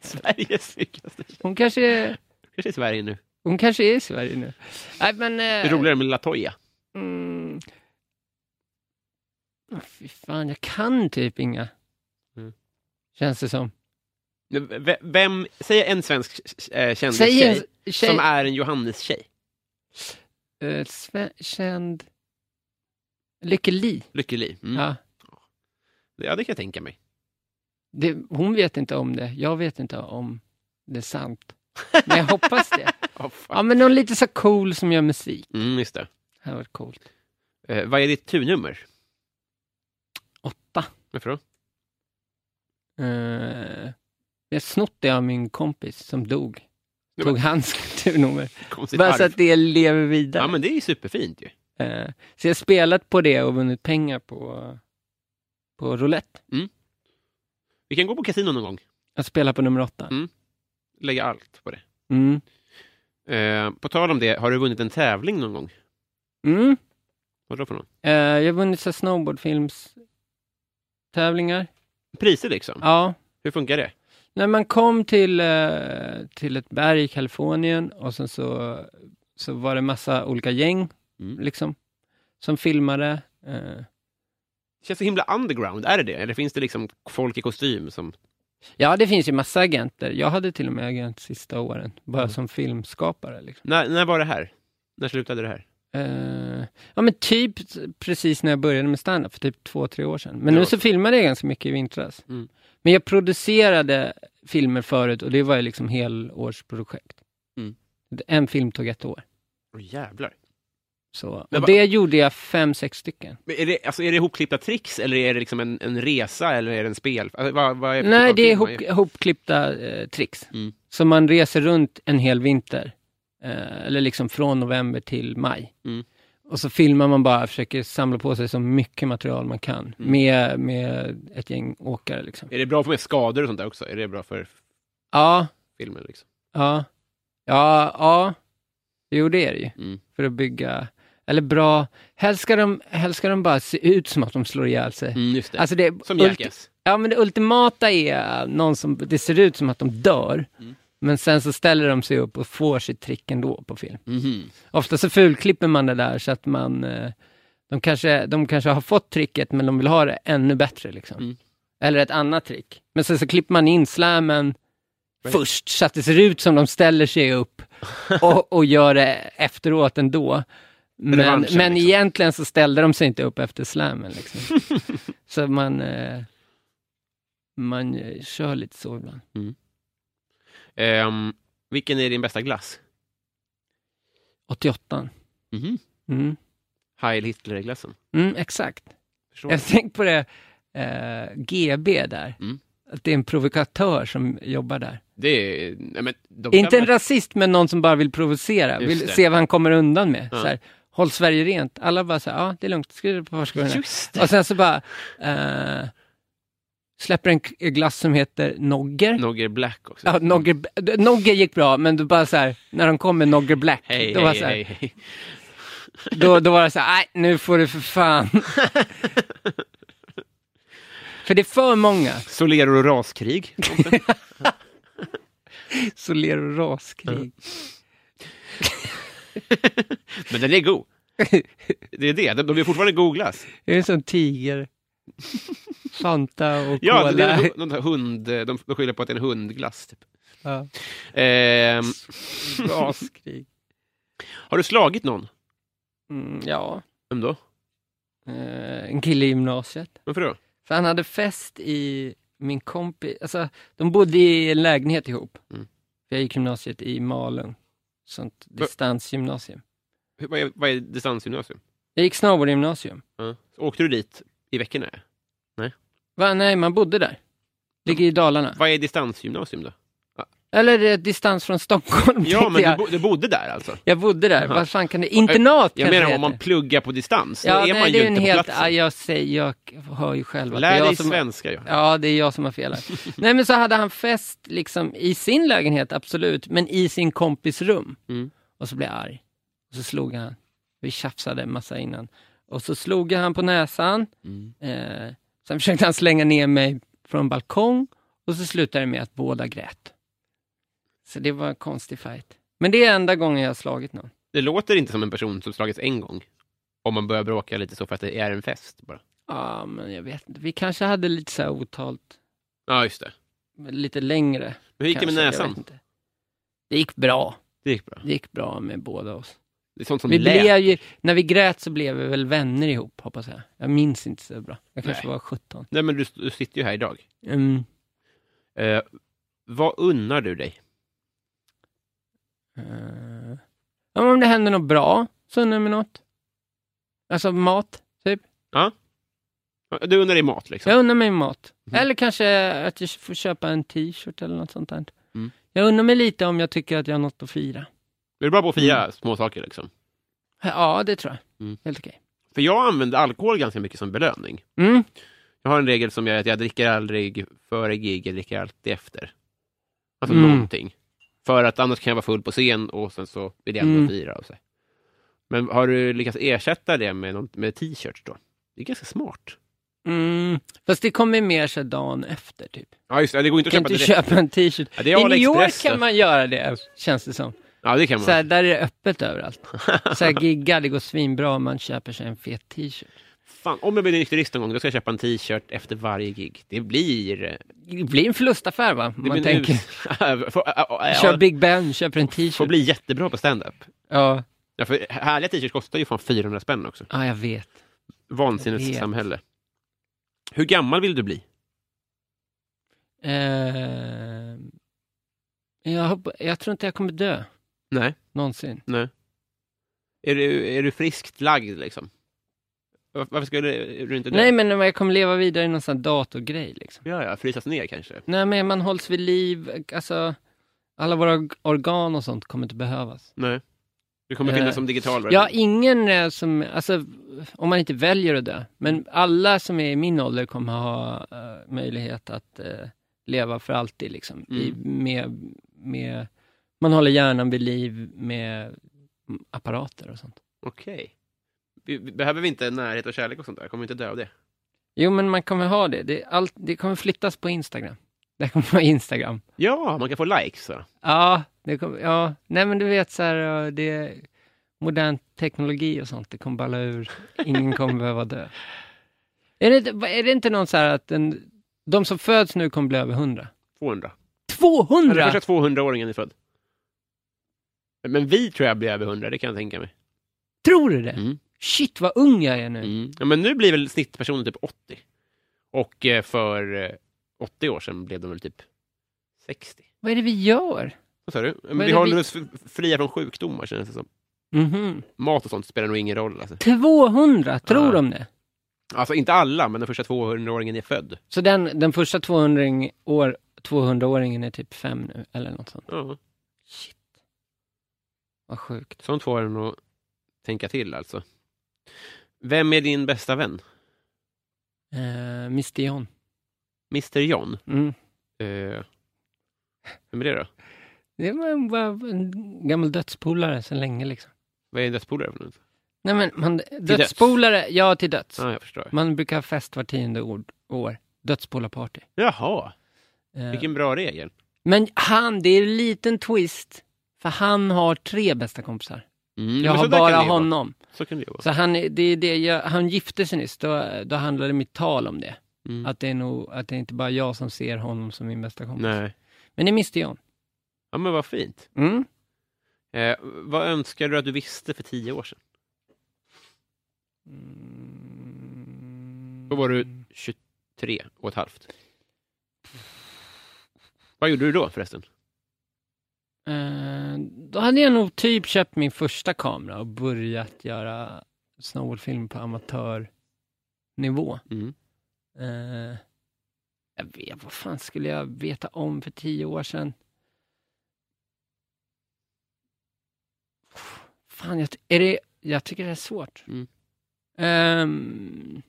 D: Sveriges snyggaste tjej.
C: Hon kanske är,
D: kanske i Sverige nu.
C: hon kanske är i Sverige nu. Nej, men...
D: Det
C: Eh,
D: är roligare med Latoya.
C: Mm. Ah, Fy fan, jag kan typ inga.
D: Mm.
C: Känns det som.
D: V- Vem, säg en svensk eh, kändis
C: Säg
D: tjej,
C: en tjej,
D: som är en Johannes-tjej.
C: eh, sve, känd... Lykke Li.
D: Lykke Li. Mm.
C: Ja.
D: ja, det kan jag tänka mig.
C: Det, hon vet inte om det, jag vet inte om det är sant. Men jag hoppas det.
D: Oh, fan.
C: Ja, men någon lite så cool som gör musik.
D: Mm, just det.
C: Det hade varit coolt.
D: Eh, vad är ditt turnummer?
C: Åtta.
D: Varför då?
C: Eh, Jag har snott det av min kompis som dog. Tog hans kulturnummer.
D: Konstigt
C: Bara så
D: arv.
C: att det lever vidare.
D: Ja, men det är ju superfint ju.
C: Eh, Så jag har spelat på det och vunnit pengar på, på roulette.
D: Vi kan gå på kasino någon gång.
C: Jag spelar på nummer åtta.
D: Mm. Lägga allt på det.
C: Mm.
D: Eh, på tal om det, har du vunnit en tävling någon gång?
C: Mm.
D: Vad är det för någon?
C: Eh, Jag har vunnit så här snowboardfilmstävlingar.
D: Priser liksom?
C: Ja.
D: Hur funkar det?
C: När man kom till, eh, till ett berg i Kalifornien och sen så, så var det massa olika gäng
D: Mm.
C: liksom, som filmade. eh.
D: Det känns så himla underground, är det det? Eller finns det liksom folk i kostym som...
C: Ja, det finns ju massa agenter. Jag hade till och med agent sista åren, bara
D: Mm.
C: som filmskapare. Liksom.
D: När, när var det här? När slutade det här?
C: Eh, ja, men typ precis när jag började med stand-up, för typ två, tre år sedan. Men
D: Ja.
C: nu så filmade jag ganska mycket i vintras.
D: Mm.
C: Men jag producerade filmer förut och det var ju liksom helårsprojekt.
D: Mm.
C: En film tog ett år.
D: Åh jävlar.
C: Så. Och
D: Men va-
C: det gjorde jag fem, sex stycken.
D: Men är, det, alltså, är det ihopklippta tricks eller är det liksom en, en resa eller är det en spel? Alltså, vad, vad är för typ
C: Nej,
D: av
C: det är
D: film man
C: hop,
D: gör?
C: hopklippta eh, tricks.
D: Mm.
C: Så man reser runt en hel vinter. Eh, eller liksom från november till maj.
D: Mm.
C: Och så filmar man bara, försöker samla på sig så mycket material man kan.
D: Mm.
C: Med, med ett gäng åkare liksom.
D: Är det bra för med skador och sånt där också? Är det bra för
C: Ja,
D: filmen liksom?
C: ja, ja, ja. Jo, det är det ju.
D: Mm.
C: För att bygga, eller bra. Helst ska, de, helst ska de bara se ut som att de slår ihjäl sig.
D: Mm, just det.
C: Alltså det,
D: som
C: ulti-
D: Jackass.
C: Ja, men det ultimata är någon som, det ser ut som att de dör, men sen så ställer de sig upp och får sitt trick ändå på film.
D: Mhm.
C: Ofta så fulklipper man det där så att man, eh, de kanske, de kanske har fått tricket men de vill ha det ännu bättre liksom.
D: Mm.
C: Eller ett annat trick. Men sen så klipper man in slammen först så att det ser ut som de ställer sig upp och, och gör det efteråt ändå. Men, men
D: Revanschen, liksom.
C: egentligen så ställde de sig inte upp efter slammen liksom. så man, eh, man eh, kör lite så ibland.
D: Ehm, vilken är din bästa glass?
C: 88
D: Mhm.
C: mm.
D: Heil Hitler-glassen.
C: mm, exakt.
D: Förstår
C: Jag tänkte på det, eh, GB där.
D: Mm.
C: Att det är en provokatör som jobbar där.
D: Det är... Nej, men de
C: Inte
D: kan-
C: en rasist, men någon som bara vill provocera.
D: Just
C: Vill
D: det.
C: se vad han kommer undan med.
D: Ja.
C: Så här, Håll Sverige rent. Alla bara så här, ja det är lugnt, skriv på farskorgarna.
D: Just
C: Och sen så bara, eh, släpper en k- glass som heter Nogger.
D: Nogger Black också.
C: Ja, Nogger, B- Nogger gick bra, men då bara så här, när de kom med Nogger Black,
D: Hej,
C: då, var
D: hej,
C: så här,
D: hej, hej.
C: då, då var det så här, nej nu får du för fan. för det är för många.
D: Solero och raskrig.
C: Soler och raskrig.
D: Men den är god. Det är det, de, de är fortfarande god glass.
C: Det är en sån tiger. Fanta och
D: Ja, det
C: cola.
D: är någon, någon hund, de, de skyller på att det är en hundglass. Typ.
C: Ja.
D: Ehm,
C: Raskrig.
D: har du slagit någon?
C: Mm, ja,
D: Vem då?
C: eh, en kille i gymnasiet.
D: Varför då?
C: För han hade fest i min kompis, alltså de bodde i en lägenhet ihop.
D: Mm.
C: Jag gick gymnasiet i Malung, sånt distansgymnasium.
D: Hur- Vad är, vad är distansgymnasium?
C: Jag gick snowboardgymnasium.
D: Ja. Åkte du dit i veckorna?
C: Va? Nej, man bodde där. Ligger i Dalarna.
D: Vad är distansgymnasium då?
C: Eller eh, distans från Stockholm,
D: Ja,
C: tänkte
D: men du,
C: jag.
D: bo, du bodde där alltså?
C: Jag bodde där,
D: Jaha.
C: vad fan kan det... Internat
D: Jag
C: kanske
D: menar
C: det
D: om man
C: heter.
D: pluggar på distans,
C: Ja,
D: då är
C: nej,
D: man
C: det
D: ju
C: är en
D: inte på
C: helt,
D: platsen.
C: ja, jag, säger, jag hör ju själv att det
D: Lär
C: är
D: dig
C: jag som,
D: svenska, ja.
C: Ja, det är jag som har fel här. Nej, men så hade han fest liksom i sin lägenhet, absolut, men i sin kompis rum.
D: Mm.
C: Och så blev jag arg. Och så slog han. Vi tjafsade en massa innan. Och så slog jag han på näsan.
D: Mm.
C: Eh, sen försökte han slänga ner mig från en balkong. Och så slutade det med att båda grät. Så det var en konstig fight. Men det är enda gången jag har slagit någon.
D: Det låter inte som en person som slagits en gång. Om man börjar bråka lite så för att det är en fest bara.
C: Ja, men jag vet inte. Vi kanske hade lite så här otalt,
D: Ja, just det.
C: lite längre.
D: Men Hur gick det med
C: kanske, jag vet
D: näsan?
C: inte. Det gick bra.
D: Det gick bra.
C: Det gick bra med båda oss.
D: Det är sånt som
C: Vi
D: lät.
C: blev ju, när vi grät så blev vi väl vänner ihop, hoppas jag. Jag minns inte så bra. Jag kanske
D: Nej.
C: var 17.
D: Nej, men du, du sitter ju här idag.
C: Mm.
D: Eh, vad unnar du dig?
C: eh, ja, men om det händer något bra, så undrar jag mig något. Alltså mat, typ.
D: Ja. Ja, Du undrar dig mat liksom?
C: Jag undrar mig mat. Eller kanske att jag får köpa en t-shirt eller något sånt där.
D: Mm.
C: Jag undrar mig lite om jag tycker att jag har något att fira.
D: Är du bra på att fira
C: Mm.
D: små saker liksom?
C: Ja, det tror jag.
D: Mm.
C: Helt okej.
D: För jag använder alkohol ganska mycket som belöning.
C: Mm.
D: Jag har en regel som gör att jag dricker aldrig före gig, jag dricker alltid efter. Alltså
C: Mm.
D: någonting. För att annars kan jag vara full på scen och sen så vill jag ändå
C: Mm.
D: fira av sig. Men har du lyckats ersätta det med, någon, med t-shirts då? Det är ganska smart.
C: Mm. Fast det kommer mer så här dagen efter typ.
D: Ja, just det. Det går inte
C: Kan inte köpa en t-shirt.
D: Ja, det är
C: I New York
D: AliExpress, då. Alltså.
C: kan man göra det, känns det som.
D: Ja, det kan man.
C: Så här, där är det öppet överallt. Så här giggar, det går svinbra om man köper sig en fet t-shirt.
D: Fan, om jag blir nykterist någon gång, då ska jag köpa en t-shirt efter varje gig. Det blir... eh,
C: Det blir en förlustaffär va? Om
D: Det
C: man
D: blir en
C: tänker,
D: us- Får- ja, ja, ja,
C: kör Big Ben, köper en t-shirt.
D: Får bli jättebra på stand-up.
C: Ja.
D: Ja, för härliga t-shirts kostar ju fan 400 spänn också.
C: ja, jag vet. Jag
D: Vansinnigt
C: vet.
D: samhälle. Hur gammal vill du bli?
C: Eh, jag, hopp- jag tror inte jag kommer dö,
D: Nej.
C: någonsin.
D: Är du, är du friskt lagd liksom? Var- Varför skulle du inte dö?
C: Nej, men jag kommer leva vidare i någon sån här datorgrej liksom.
D: Ja, ja, frysas ner kanske.
C: Nej, men man hålls vid liv, alltså alla våra organ och sånt kommer inte behövas.
D: Nej. Du kommer
C: Eh,
D: finnas som digital version.
C: Ja, ingen eh, som, alltså om man inte väljer att dö, men alla som är i min ålder kommer ha eh, möjlighet att eh, leva för alltid liksom. I, med, med, man håller hjärnan vid liv med mm, apparater och sånt.
D: Okej. Vi- vi- Behöver vi inte närhet och kärlek och sånt där? Kommer vi inte dö av det?
C: Jo, men man kommer ha det. Det, är allt, det kommer flyttas på Instagram. Det kommer vara Instagram.
D: Ja, man kan få likes. va?
C: Ja, det kommer, ja, nej men du vet så här, eh, det är modern teknologi och sånt, det kommer balla ur, ingen kommer behöva dö. Är det, inte- va- är det inte någon så här att den, de som föds nu kommer bli över 100?
D: 200. Eller
C: 200?
D: Första 200-åringen är född. Men vi tror jag blir över 100, det kan jag tänka mig.
C: Tror du det?
D: Mm.
C: Shit vad ung jag är nu.
D: Ja, men nu blir väl snittpersonen typ 80. Och eh, för eh, 80 år sedan blev de väl typ 60.
C: Vad är det vi gör?
D: Vad sa du? Men
C: Vad är
D: vi
C: det
D: håller
C: vi-
D: oss f- fria från sjukdomar känns det som.
C: Mhm.
D: Mat och sånt spelar nog ingen roll. Alltså,
C: 200, tror
D: Mm-hmm. Ja.
C: de det?
D: alltså inte alla, men den första 200-åringen är född.
C: Så den, den första 200-åringen år, 200-åringen är typ fem nu, eller något sånt.
D: Ja,
C: Shit. Vad sjukt.
D: sånt får en att tänka till alltså. Vem är din bästa vän?
C: Eh, Miss Dion.
D: Mr John?
C: Mm.
D: Eh, vem är det då?
C: Det var en, bara en gammal dödspolare sedan länge liksom.
D: Vad är en dödspolare för något?
C: Nej men, man,
D: döds.
C: dödspolare, ja till döds.
D: Ja, jag förstår.
C: Man brukar ha fest var tionde ord, år. Dödspolarparty.
D: Jaha,
C: Eh,
D: vilken bra regel.
C: Men han, det är en liten twist. För han har tre bästa kompisar.
D: Mm,
C: Jag
D: men
C: har
D: så där
C: bara
D: kan det ju vara.
C: honom.
D: Så kan det ju vara.
C: Så han, är- det är det jag, han gifte sig nyss, då, då handlade mitt tal om det.
D: Mm.
C: Att det är nog, att det är inte bara jag som ser honom som min bästa kompis.
D: Nej.
C: Men det miste jag.
D: Ja, men vad fint.
C: Mm.
D: Eh, vad önskar du att du visste för tio år sedan? Då var du 23 och ett halvt. Vad gjorde du då förresten?
C: Eh, då hade jag nog typ köpt min första kamera och börjat göra snowboardfilm på amatörnivå.
D: Mm.
C: Eh, jag vet, vad fan skulle jag veta om för tio år sedan? Fan, jag, ty- är det, jag tycker det är svårt.
D: Mm.
C: Ehm.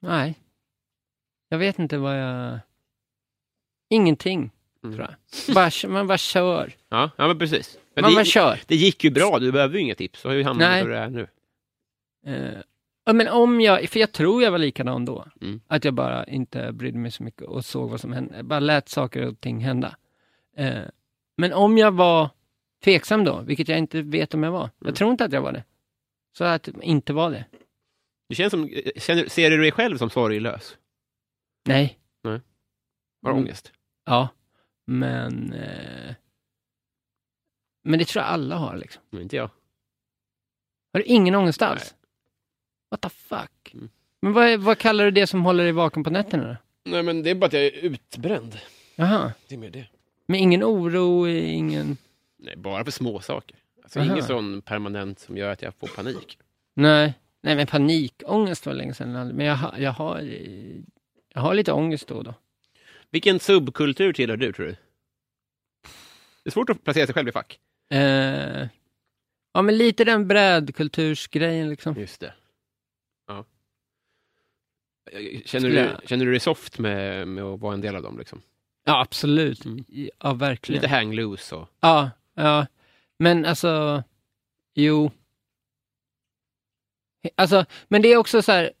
C: nej, jag vet inte vad jag... Ingenting,
D: Mm.
C: tror jag. Bara, man bara kör.
D: Ja, ja, men precis. Men
C: Man
D: det,
C: bara kör.
D: det gick ju bra, du behöver ju inga tips. Så har ju hamnat
C: Nej.
D: där du är nu.
C: Eh, ja, men om jag, för jag tror jag var likadan då.
D: Mm.
C: Att jag bara inte brydde mig så mycket och såg vad som hände. Jag bara lät saker och ting hända. Eh, men om jag var tveksam då, vilket jag inte vet om jag var. Jag tror inte att jag var det. Så att jag inte var det.
D: Det känns som, eh, känner, ser du dig själv som sorglös?
C: Nej.
D: Har du
C: Mm.
D: ångest?
C: Ja. Men... Eh, men det tror jag alla har liksom.
D: Men inte jag.
C: Har du ingen ångest alls? What the fuck? Men vad, vad kallar du det som håller dig vaken på nätterna då?
D: Nej, men det är bara att jag är utbränd.
C: Jaha.
D: Det är mer det.
C: Men ingen oro, ingen...
D: Nej, bara för små saker. Alltså
C: Aha.
D: ingen sån permanent som gör att jag får panik.
C: Nej, nej men panikångest var länge sedan. jag hade. Men jag, ha- jag, har, eh, jag har lite ångest då och då.
D: Vilken subkultur tillhör du, tror du? Det är svårt att placera sig själv i fack.
C: Eh, ja, men lite den brädkultursgrejen liksom.
D: Just det. Ja. Känner,
C: Skulle
D: du,
C: jag-
D: känner du dig soft med, med att vara en del av dem? Liksom?
C: Ja, absolut.
D: Mm.
C: Ja, verkligen.
D: Lite hang loose och...
C: Ja, ja. Men alltså, jo. Alltså, men det är också så här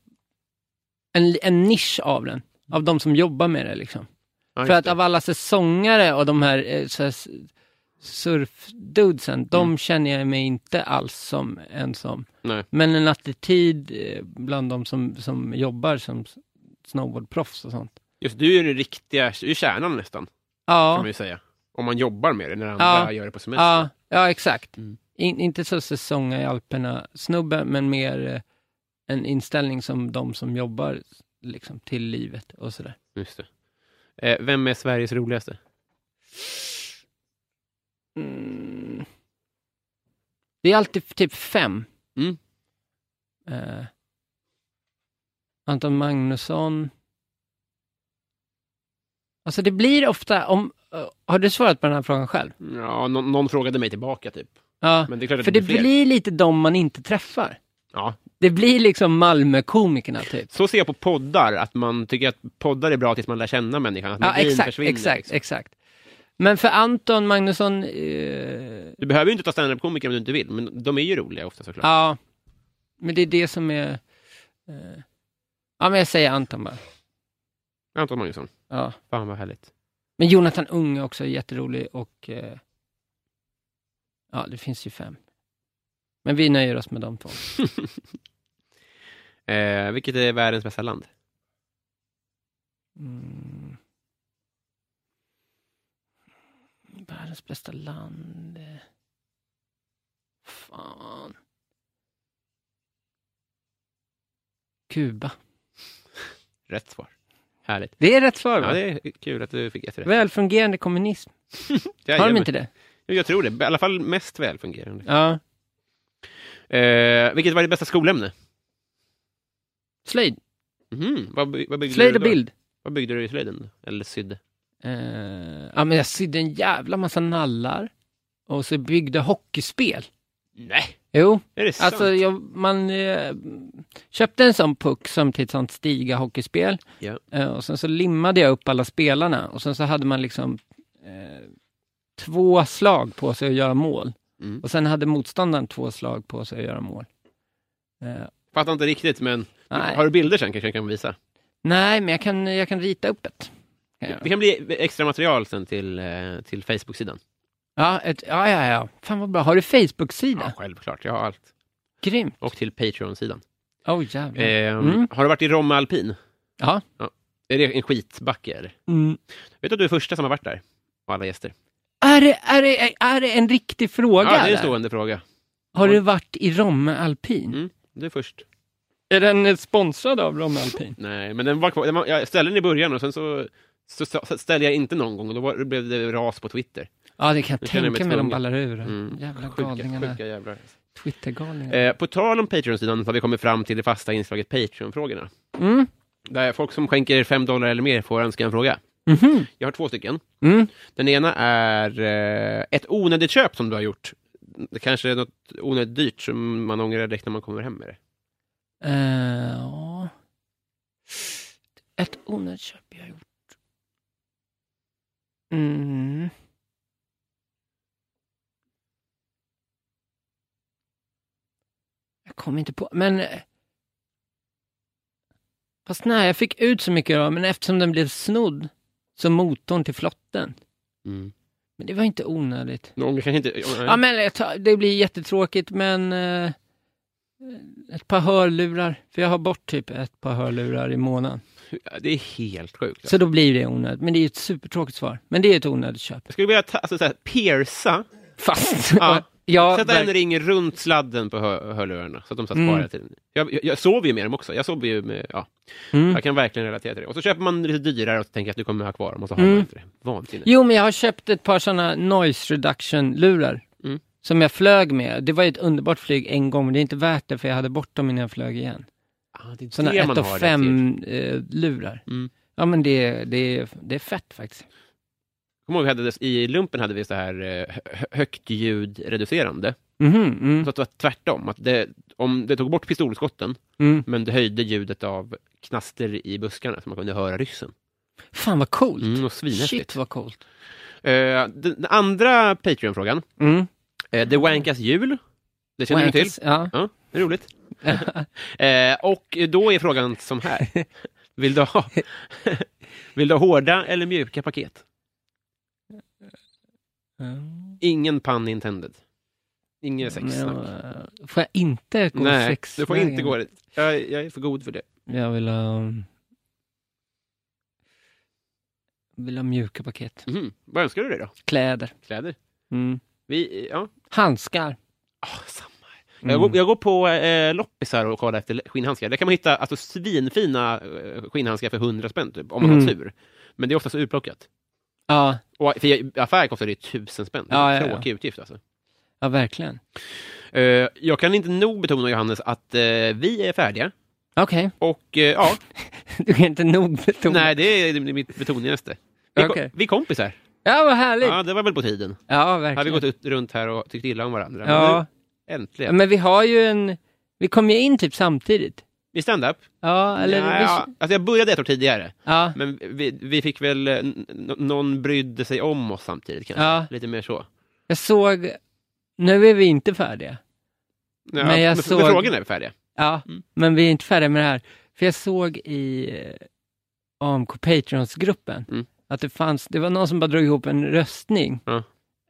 C: en, en nisch av den, av de som jobbar med det liksom.
D: Ja,
C: För
D: just
C: att
D: det.
C: av alla säsongare och de här, eh, så här s- surfdudesen, de känner jag mig inte alls som en som.
D: Mm. Nej.
C: Men en attityd eh, bland de som, som jobbar som s- snowboardproffs och sånt.
D: Just du är den riktiga, du är kärnan nästan, kan
C: Ja,
D: man ju säga. Om man jobbar med det när andra
C: Ja.
D: gör det på semester.
C: ja, ja exakt.
D: Mm.
C: In, inte så säsonga i Alperna-snubbe, men mer eh, en inställning som de som jobbar liksom, till livet och sådär.
D: Just det. Eh, vem är Sveriges roligaste?
C: Mm. Det är alltid f- typ fem.
D: Mm.
C: Eh, Anton Magnusson. Alltså det blir ofta, om, eh, har du svarat på den här frågan själv?
D: Ja, nå- någon frågade mig tillbaka typ.
C: Ja,
D: Men det är klart att
C: för
D: det
C: det
D: blir fler.
C: blir lite de man inte träffar.
D: Ja.
C: Det blir liksom Malmökomikerna typ.
D: Så ser jag på poddar, att man tycker att poddar är bra tills man lär känna människan. Att
C: Ja,
D: magin
C: exakt,
D: försvinner,
C: exakt,
D: liksom.
C: exakt. Men för Anton Magnusson, eh,
D: Du behöver ju inte ta standup-komiker om du inte vill, men de är ju roliga ofta såklart.
C: ja, men det är det som är... Eh, ja, men jag säger Anton bara.
D: Anton Magnusson,
C: Ja.
D: fan vad härligt.
C: Men Jonathan Unge är också jätterolig och eh, ja, det finns ju fem. Men vi nöjer oss med de två.
D: eh, vilket är världens bästa land?
C: Mm. Världens bästa land. eh. Fan. Kuba.
D: Rätt svar. Härligt.
C: Det är rätt svar
D: Ja,
C: va?
D: det är kul att du fick ett rätt.
C: Välfungerande kommunism. Har de
D: Jajamän.
C: inte det?
D: Jo, Jag tror det, i alla fall mest välfungerande.
C: Ja.
D: Eh, vilket var ditt bästa skolämne?
C: Slöjd.
D: Mhm, Vad, by- vad byggde
C: Slöjd
D: du
C: och
D: då?
C: bild.
D: Vad byggde du i slöjden? Eller sydde?
C: Eh, ja, men jag sydde en jävla massa nallar och så byggde hockeyspel.
D: Nej!
C: Jo,
D: Är det sant?
C: alltså jag, man eh, köpte en sån puck som till ett sånt Stiga hockeyspel
D: Ja.
C: eh, och sen så limmade jag upp alla spelarna och sen så hade man liksom eh, två slag på sig att göra mål
D: Mm.
C: och sen hade motståndaren två slag på sig att göra mål. Eh,
D: Fattar inte riktigt, men
C: nej.
D: har du bilder sen kanske jag kan visa?
C: nej, men jag kan, jag kan rita upp ett. Kan jag göra.
D: Det kan bli extra material sen till, eh, till Facebook-sidan.
C: Ja, ett, ja, ja, ja. Fan vad bra. Har du Facebook-sida?
D: Ja, självklart. Jag har allt.
C: Grymt.
D: Och till Patreon-sidan.
C: Oh, jävlar.
D: Ehm,
C: Mm.
D: Har du varit i Romme Alpin?
C: Ja.
D: Är det en skitbacke? Eller?
C: Mm.
D: Vet du att du är första som har varit där? Och alla gäster.
C: Är, det, är, det, är det en riktig fråga?
D: ja, det är en
C: eller?
D: stående fråga.
C: Har du varit i Romme Alpin?
D: Mm. eh, Du är först.
C: Är den sponsrad av Romme Alpin?
D: Nej, men den var kvar. Den var, jag ställde den i början och sen så, så, så ställde jag inte någon gång och då var, blev det ras på Twitter.
C: Ja, det kan jag
D: Jag känner mig
C: tänka mig. De
D: tvungen.
C: ballar ur.
D: Mm.
C: Jävla
D: Sjuka,
C: galningarna.
D: sjuka jävlar.
C: Twittergalningar.
D: Eh, på tal om Patreon-sidan så har vi kommit fram till det fasta inslaget Patreon-frågorna.
C: Mm.
D: Där folk som skänker 5 dollar eller mer får önska en fråga.
C: Mhm.
D: Jag har två stycken.
C: Mm.
D: Den ena är eh, ett onödigt köp som du har gjort. Det kanske är något onödigt dyrt som man ångrar direkt när man kommer hem med det.
C: Eh, ja. Ett onödigt köp jag har gjort. Mm. Jag kom inte på, men... eh, Fast nej, jag fick ut så mycket då, men eftersom den blev snodd så motorn till flotten. Men det var inte onödigt.
D: Du ångrar kanske inte... ångrar-
C: Ja, men jag tar- det blir jättetråkigt, men eh, ett par hörlurar. För jag har bort typ ett par hörlurar i månaden.
D: Det är helt sjukt.
C: Så då blir det onödigt. Men det är ju ett supertråkigt svar. Men det är ett onödigt köp.
D: Jag skulle vilja ta, alltså, så här, pierca,
C: Fast...
D: Ja.
C: ja,
D: sätta
C: verk-
D: en ring runt sladden på hör, hörlurarna så att de satt kvar
C: Mm.
D: hela tiden. Jag, jag, jag sover ju med dem också. Jag sover ju med... Ja,
C: mm.
D: Jag kan verkligen relatera till det. Och så köper man lite dyrare och så tänker jag att du kommer ha kvar dem och så har
C: Mm.
D: man inte det. Vansinne.
C: Jo, men jag har köpt ett par sådana noise reduction-lurar.
D: Mm.
C: Som jag flög med. Det var ju ett underbart flyg en gång, men det är inte värt det för jag hade bort dem innan jag flög igen.
D: Ah, det är
C: Sådana
D: det man
C: 1 och
D: har rätt
C: 5 eh, lurar.
D: Mm.
C: Ja men det, det, det är fett faktiskt.
D: Kommer ihåg, vi hade, det- I lumpen hade vi så här eh, hö- högt ljudreducerande.
C: Mhm, mm,
D: Så att det var tvärtom. Att det, om det tog bort pistolskotten,
C: mm.
D: men det höjde ljudet av knaster i buskarna, så man kunde höra ryssen.
C: Fan vad coolt.
D: Mm, och svinhäftigt.
C: Shit vad coolt.
D: Eh, den, den andra Patreon-frågan.
C: Mm.
D: Eh, det wankas jul. Det känner du till?
C: Wankers, Ja.
D: Ja, det är roligt. eh, och då är frågan som här. Vill du ha, vill du ha hårda eller mjuka paket?
C: Mm.
D: Ingen pan intended. Ingen sexsnack.
C: Men, eh, Får jag inte gå
D: Nej,
C: sex?
D: du får inte gå dit. Jag, jag är för god för det.
C: Jag vill ha... mm, vill ha mjuka paket.
D: Mhm. Vad önskar du dig då?
C: Kläder.
D: Kläder?
C: Mm.
D: Vi, ja.
C: Handskar.
D: Ah, samma.
C: Mm.
D: Jag, går, jag går på eh, loppisar och kollar efter skinnhandskar. Där kan man hitta alltså, svinfina eh, skinnhandskar för 100 spänn, typ, om man har
C: Mm.
D: tur. Men det är oftast utplockat.
C: Ja,
D: Och för i affär kostar det tusen spänn. Det är
C: Ja,
D: en
C: ja, ja.
D: tråkig utgift alltså.
C: ja, verkligen.
D: Eh, jag kan inte nog betona, Johannes, att eh, vi är färdiga.
C: Okej,
D: Och eh, ja,
C: du kan inte nog betona.
D: nej, det är det är mitt betonigaste. Vi,
C: Okej.
D: ko- vi är kompisar.
C: Ja, vad härligt.
D: Ja,
C: Ja,
D: det var väl på tiden.
C: verkligen.
D: Hade vi gått ut, runt här och tyckt illa om varandra.
C: ja.
D: Men nu,
C: ja,
D: äntligen.
C: men vi har ju en... Vi kom ju in typ samtidigt.
D: I stand-up?
C: Ja, eller...
D: Nej,
C: vi...
D: ja. alltså, jag började ett år tidigare,
C: ja.
D: men vi, vi fick väl... eh, n- n- någon brydde sig om oss samtidigt kanske.
C: Ja.
D: Lite mer så.
C: Jag såg... Nu är vi inte färdiga.
D: Ja,
C: Men jag
D: men,
C: såg-
D: men frågan är färdiga.
C: Ja,
D: Mm.
C: men vi är inte färdiga med det här. För jag såg i eh, AMK Patreons-gruppen
D: Mm.
C: att det fanns, det var någon som bara drog ihop en röstning
D: Ja.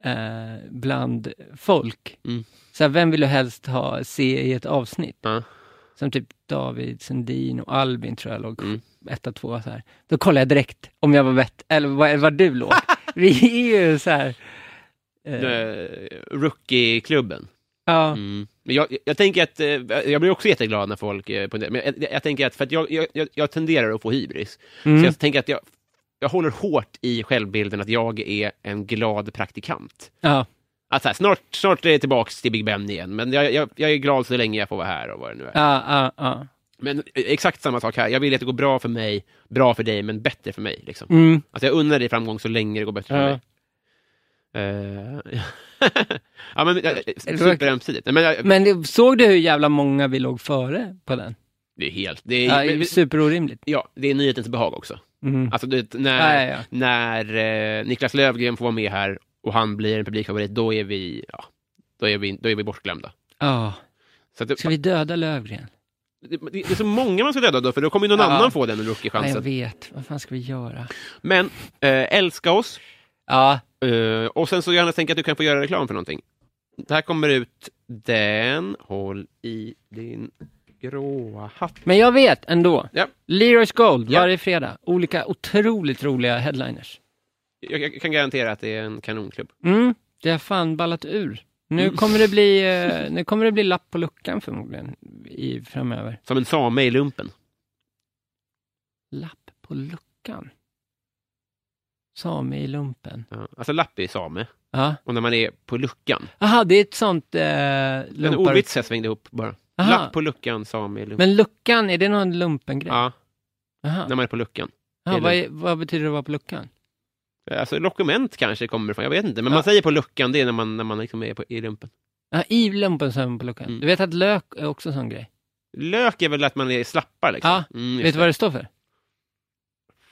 C: eh, bland folk.
D: Mm.
C: Så här, vem vill du helst ha, se i ett avsnitt?
D: Ja.
C: Som typ David Sundin och Albin tror jag låg
D: Mm.
C: etta, tvåa så här. Då kollade jag direkt om jag var bättre, eller var, var du låg. vi är ju så här. eh,
D: Eh, Rookie-klubben.
C: ja,
D: Mm. Men jag, jag tänker att, eh, jag blir också jätteglad när folk, eh, på det, men jag, jag, jag tänker att, för att jag, jag- jag, jag tenderar att få hybris,
C: Mm.
D: så jag tänker att jag, jag håller hårt i självbilden att jag är en glad praktikant.
C: ja,
D: Att så här, snart, snart är jag tillbaks till Big Ben igen, men jag, jag, jag är glad så länge jag får vara här och vad det nu är.
C: ja, ja, ja.
D: Men eh, exakt samma sak här, jag vill att det går bra för mig, bra för dig, men bättre för mig. Liksom.
C: Mm.
D: Alltså jag unnar dig framgång så länge det går bättre för
C: Ja.
D: mig. Eh, ja, men, eh, superömsesidigt. Nej, men, eh, jag-
C: Men det- såg du hur jävla många vi låg före på den?
D: det är helt... Det är,
C: Ja, det
D: men-
C: är ju
D: men-
C: superorimligt.
D: Ja, det är nyhetens behag också.
C: Mm.
D: Alltså, du vet, när,
C: Ja, ja, ja.
D: när eh, Niklas Löfgren får vara med här och han blir en publikfavorit, då är vi, ja, då är vi, då är vi bortglömda.
C: Ja.
D: Så att det,
C: Ska vi döda Lövgren?
D: det, det är så många man ska döda då, för då kommer ju någon
C: Ja.
D: annan få den
C: Ja, jag
D: rookie-chansen.
C: vet. Vad fan ska vi göra?
D: Men eh, älska oss.
C: Ja,
D: Eh, och sen så gärna tänka att du kan få göra reklam för någonting. Det här kommer ut den, håll i din gråa hatt.
C: men jag vet ändå.
D: Ja.
C: Leroy's Gold
D: Ja.
C: varje fredag. Olika otroligt roliga headliners.
D: Jag, jag kan garantera att det är en kanonklubb.
C: Mm, det har fan ballat ur. Nu
D: Mm.
C: kommer det bli, eh, nu kommer det bli lapp på luckan förmodligen i, framöver.
D: Som en same i lumpen.
C: Lapp på luckan? Same i lumpen.
D: Ja. Alltså lapp är same,
C: Ja.
D: och när man är på luckan.
C: Aha, det är ett sånt eh,
D: En
C: lumpar-
D: ordvits jag svängde ihop bara.
C: Aha.
D: Lapp på luckan, same i lumpen.
C: Men luckan, är det någon lumpen-grej?
D: Ja,
C: Aha.
D: när man är på luckan.
C: Ja, vad, är, vad betyder det att vara på luckan?
D: Alltså dokument kanske kommer från, jag vet inte. Men
C: Ja.
D: man säger på luckan, det är när man, när man liksom är på, i lumpen.
C: Ja, I lumpen så är man på luckan.
D: Mm.
C: Du vet att lök är också en sån grej.
D: Lök är väl att man är slappar liksom?
C: Ja.
D: Mm, just
C: vet du vad det står för?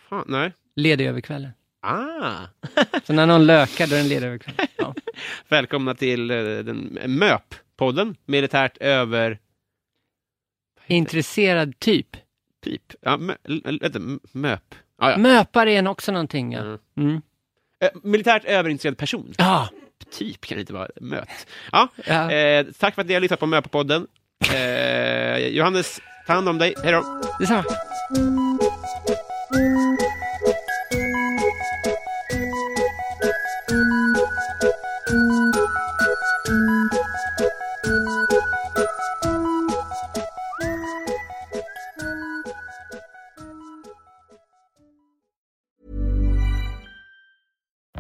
D: Fan, nej.
C: Ledig över kvällen.
D: Ah!
C: Så när någon lökar då är den ledig över kvällen. Ja.
D: Välkomna till eh, den, MÖP-podden, Militärt över...
C: Intresserad typ.
D: Pip. Ja, mö, l- l- vänta, m- MÖP. Ah, ja.
C: Möpare är en också någonting. Ja.
D: Mm.
C: Mm.
D: Eh, militärt överintresserad person.
C: Ah,
D: Typ kan det inte vara. Möt. Ja.
C: ja.
D: Eh, tack för att ni har lyssnat på MÖP-podden. Eh, Johannes, ta hand om dig. Hej då.
C: Detsamma.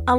E: A